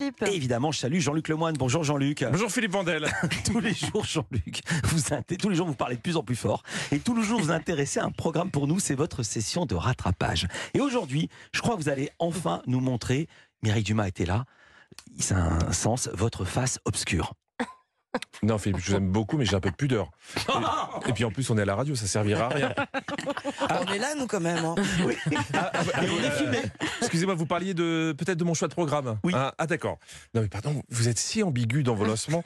Philippe. Hein. Et évidemment, je salue Jean-Luc Lemoine. Bonjour Jean-Luc. Bonjour Philippe Vandel. Tous les jours, Jean-Luc, vous int- tous les jours vous parlez de plus en plus fort et tous les jours vous intéressez à un programme pour nous, c'est votre session de rattrapage. Et aujourd'hui, je crois que vous allez enfin nous montrer, Mireille Dumas était là, c'est un sens, votre face obscure. Non Philippe, je vous aime beaucoup, mais j'ai un peu de pudeur. Et, et puis en plus, on est à la radio, ça servira à rien. On est là, nous, quand même. hein. Ah, on est filmé. Excusez-moi, vous parliez de peut-être de mon choix de programme. Oui. Ah, ah, d'accord. Non mais pardon, vous êtes si ambigu dans vos lancements.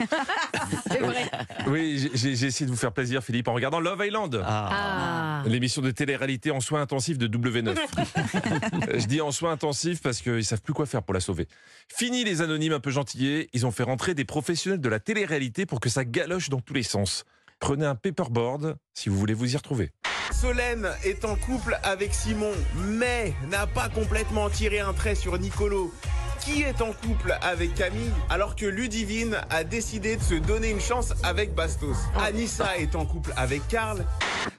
C'est vrai. Oui, j'ai- j'ai j'ai essayé de vous faire plaisir, Philippe, en regardant Love Island. Ah. L'émission de télé-réalité en soins intensifs de W9. Euh, Je dis en soins intensifs parce qu'ils savent plus quoi faire pour la sauver. Fini les anonymes un peu gentillés, ils ont fait rentrer des professionnels de la télé-réalité pour que ça galoche dans tous les sens. Prenez un paperboard si vous voulez vous y retrouver. Solène est en couple avec Simon, mais n'a pas complètement tiré un trait sur Nicolo, qui est en couple avec Camille, alors que Ludivine a décidé de se donner une chance avec Bastos. Anissa est en couple avec Karl.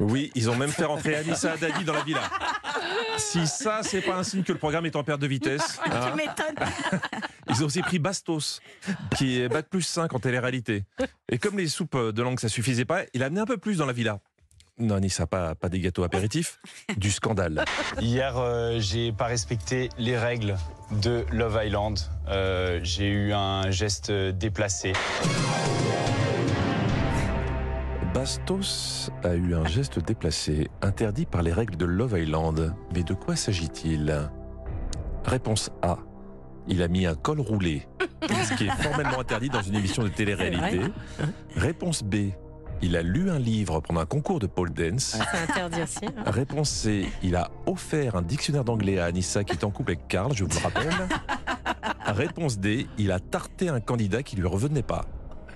Oui, ils ont même fait rentrer Anissa Haddadi dans la villa. Si ça, c'est pas un signe que le programme est en perte de vitesse. hein. Tu m'étonnes. Ils ont aussi pris Bastos, qui est bac plus 5 en télé-réalité. Et comme les soupes de langue, ça suffisait pas, il a amené un peu plus dans la villa. Non, Nissa, pas, pas des gâteaux apéritifs, du scandale. Hier, euh, j'ai pas respecté les règles de Love Island. Euh, j'ai eu un geste déplacé. Bastos a eu un geste déplacé, interdit par les règles de Love Island. Mais de quoi s'agit-il Réponse A. Il a mis un col roulé, ce qui est formellement interdit dans une émission de télé-réalité. Réponse B. Il a lu un livre pendant un concours de pole dance. C'est interdit aussi. hein. Réponse C. Il a offert un dictionnaire d'anglais à Anissa qui est en couple avec Karl, je vous le rappelle. Réponse D. Il a tarté un candidat qui lui revenait pas.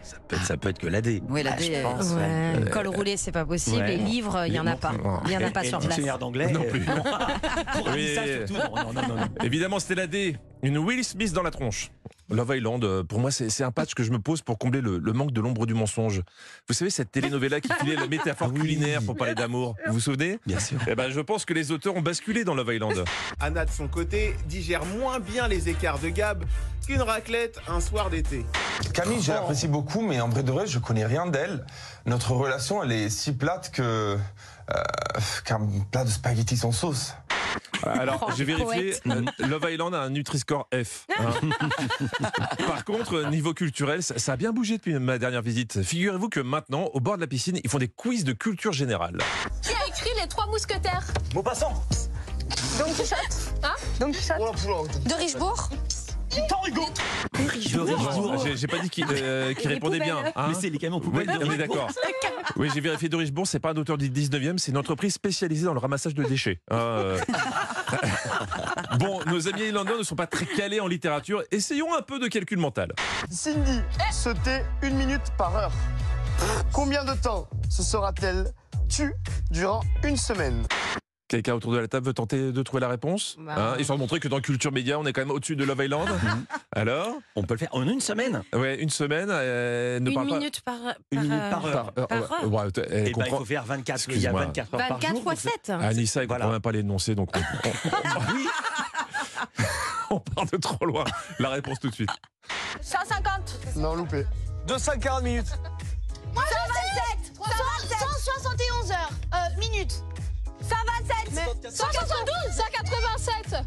Ça peut être, ça peut être que l'AD. Oui, là, Ah, je je pense. ouais. Ouais, le col roulé, c'est pas possible. Ouais. Les livres, il y en a pas. Il y en a pas Et sur le place. dictionnaire d'anglais Non euh, plus. Pour Oui. Anissa, surtout, non, non, non, non, non. Évidemment, c'était la D. Une Will Smith dans la tronche. Love Island, euh, pour moi, c'est c'est un patch que je me pose pour combler le, le manque de l'ombre du mensonge. Vous savez, cette telenovela qui filait la métaphore culinaire pour parler d'amour. Vous vous souvenez Bien sûr. Eh ben, je pense que les auteurs ont basculé dans Love Island. Anna, de son côté, digère moins bien les écarts de Gab qu'une raclette un soir d'été. Camille, je l'apprécie beaucoup, mais en vrai de vrai, je connais rien d'elle. Notre relation, elle est si plate que. euh, qu'un plat de spaghettis sans sauce. Euh, Alors, Oh, j'ai vérifié, poète. euh, Love Island a un Nutri-Score F. hein. Par contre, euh, niveau culturel, ça ça a bien bougé depuis ma dernière visite. Figurez-vous que maintenant, au bord de la piscine, ils font des quiz de culture générale. Qui a écrit Les Trois Mousquetaires Bon passant Oh Don Quichotte Hein Don Quichotte De Richebourg Je Non, reste bourré. j'ai- J'ai pas dit qu'il euh, qu'il Les répondait bien. poubelles. hein. Mais c'est les camions Oui, poubelles. on est d'accord. Oui, j'ai vérifié de Richebourg, c'est pas un auteur du 19e, c'est une entreprise spécialisée dans le ramassage de déchets. Hein, euh. bon, nos amis irlandais ne sont pas très calés en littérature. Essayons un peu de calcul mental. Cindy, sauter une minute par heure. Combien de temps se sera-t-elle tue durant une semaine Quelqu'un autour de la table veut tenter de trouver la réponse Bah. hein, Histoire de montrer que dans Culture Média, on est quand même au-dessus de Love Island. Alors On peut le faire en une semaine. Eh Ouais, une semaine, euh, ne Une parle minute par. Une minute par heure. heure. pas. par Euh, ouais, heure. ouais, elle Et ben, il comprend. faut faire 24. Il y a Excuse-moi. 24 heures par 24 jour. Ah fois donc 7. Anissa, elle Voilà. comprend même pas l'énoncé, donc on, on- on part de trop loin. La réponse tout de suite. 150 Non, loupé. 240 minutes 171 heures euh, minutes 127 192 187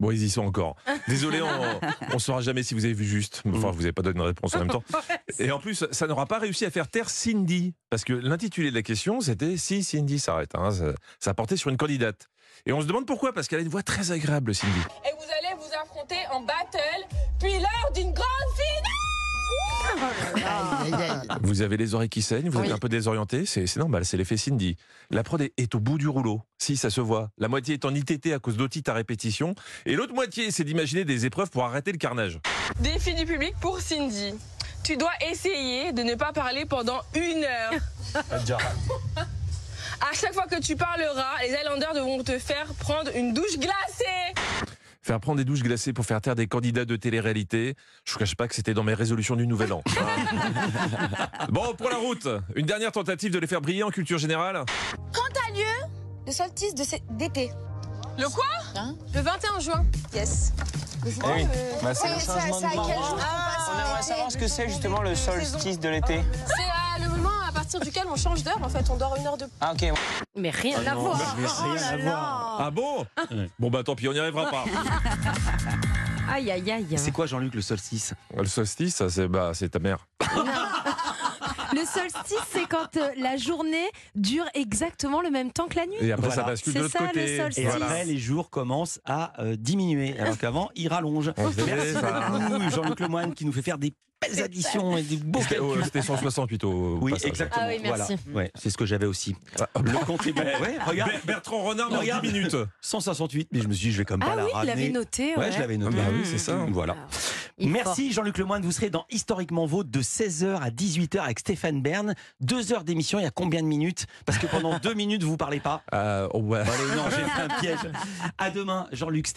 Bon, ils y sont encore. Désolé, on ne saura jamais si vous avez vu juste. Enfin, vous n'avez pas donné de réponse en même temps. Et en plus, ça n'aura pas réussi à faire taire Cindy. Parce que l'intitulé de la question, c'était Si Cindy s'arrête. hein. ça, ça portait sur une candidate. Et on se demande pourquoi, parce qu'elle a une voix très agréable, Cindy. Et vous allez vous affronter en battle, puis l'heure d'une grande Aïe, aïe, aïe. Vous avez les oreilles qui saignent, vous êtes Oui. un peu désorienté, c'est c'est normal, c'est l'effet Cindy. La prod est- est au bout du rouleau, si ça se voit. La moitié est en ITT à cause d'otite à répétition, et l'autre moitié, c'est d'imaginer des épreuves pour arrêter le carnage. Défi du public pour Cindy. Tu dois essayer de ne pas parler pendant une heure. À chaque fois que tu parleras, les Islanders devront te faire prendre une douche glacée. Faire prendre des douches glacées pour faire taire des candidats de télé-réalité, je vous cache pas que c'était dans mes résolutions du Nouvel An. bon, pour la route, une dernière Oh. tentative de les faire briller en culture générale. Le solstice d'été. Le quoi Le 21 juin. Yes. Eh oui, bah, c'est le changement de jour. On aimerait savoir ce que c'est justement le solstice de l'été. C'est euh, le moment à partir duquel on change d'heure. En fait, on dort une heure de Ah ok. Mais rien Ah à non, voir. mais Oh rien là à là. Ah bon Bon bah tant pis, on n'y arrivera pas. Aïe, aïe, aïe. C'est quoi Jean-Luc le solstice Le solstice, ça, c'est bah, c'est ta mère. Le solstice, c'est quand euh, la journée dure exactement le même temps que la nuit. Et après, ça bascule de C'est l'autre ça, côté. Le solstice. Et après, les jours commencent à euh, diminuer, alors qu'avant, ils rallongent. On fait Merci ça. beaucoup, Jean-Luc Lemoine, qui nous fait faire des belles additions et des beaux C'était calculs. oh, c'était 168 au Oui, passage. Ah, exactement. Ah oui, merci. Voilà. Ouais, c'est ce que j'avais aussi. Le compte est bon. Ouais, regarde. Ber- Bertrand Renard dans Regarde. 10 minutes. 168, mais je me suis dit, je vais comme Ah pas bah, la oui, il ramener. l'avait noté. Ouais, je l'avais noté. Mmh, Ah bah oui, c'est ça. Voilà. Il est Merci Jean-Luc Lemoine, vous serez dans Historiquement Vôtre de 16h à 18h avec Stéphane Bern. Deux heures d'émission, il y a combien de minutes Parce que pendant deux minutes, vous parlez pas. Euh, ouais. Allez, non, j'ai fait un piège. À demain, Jean-Luc. Stéphane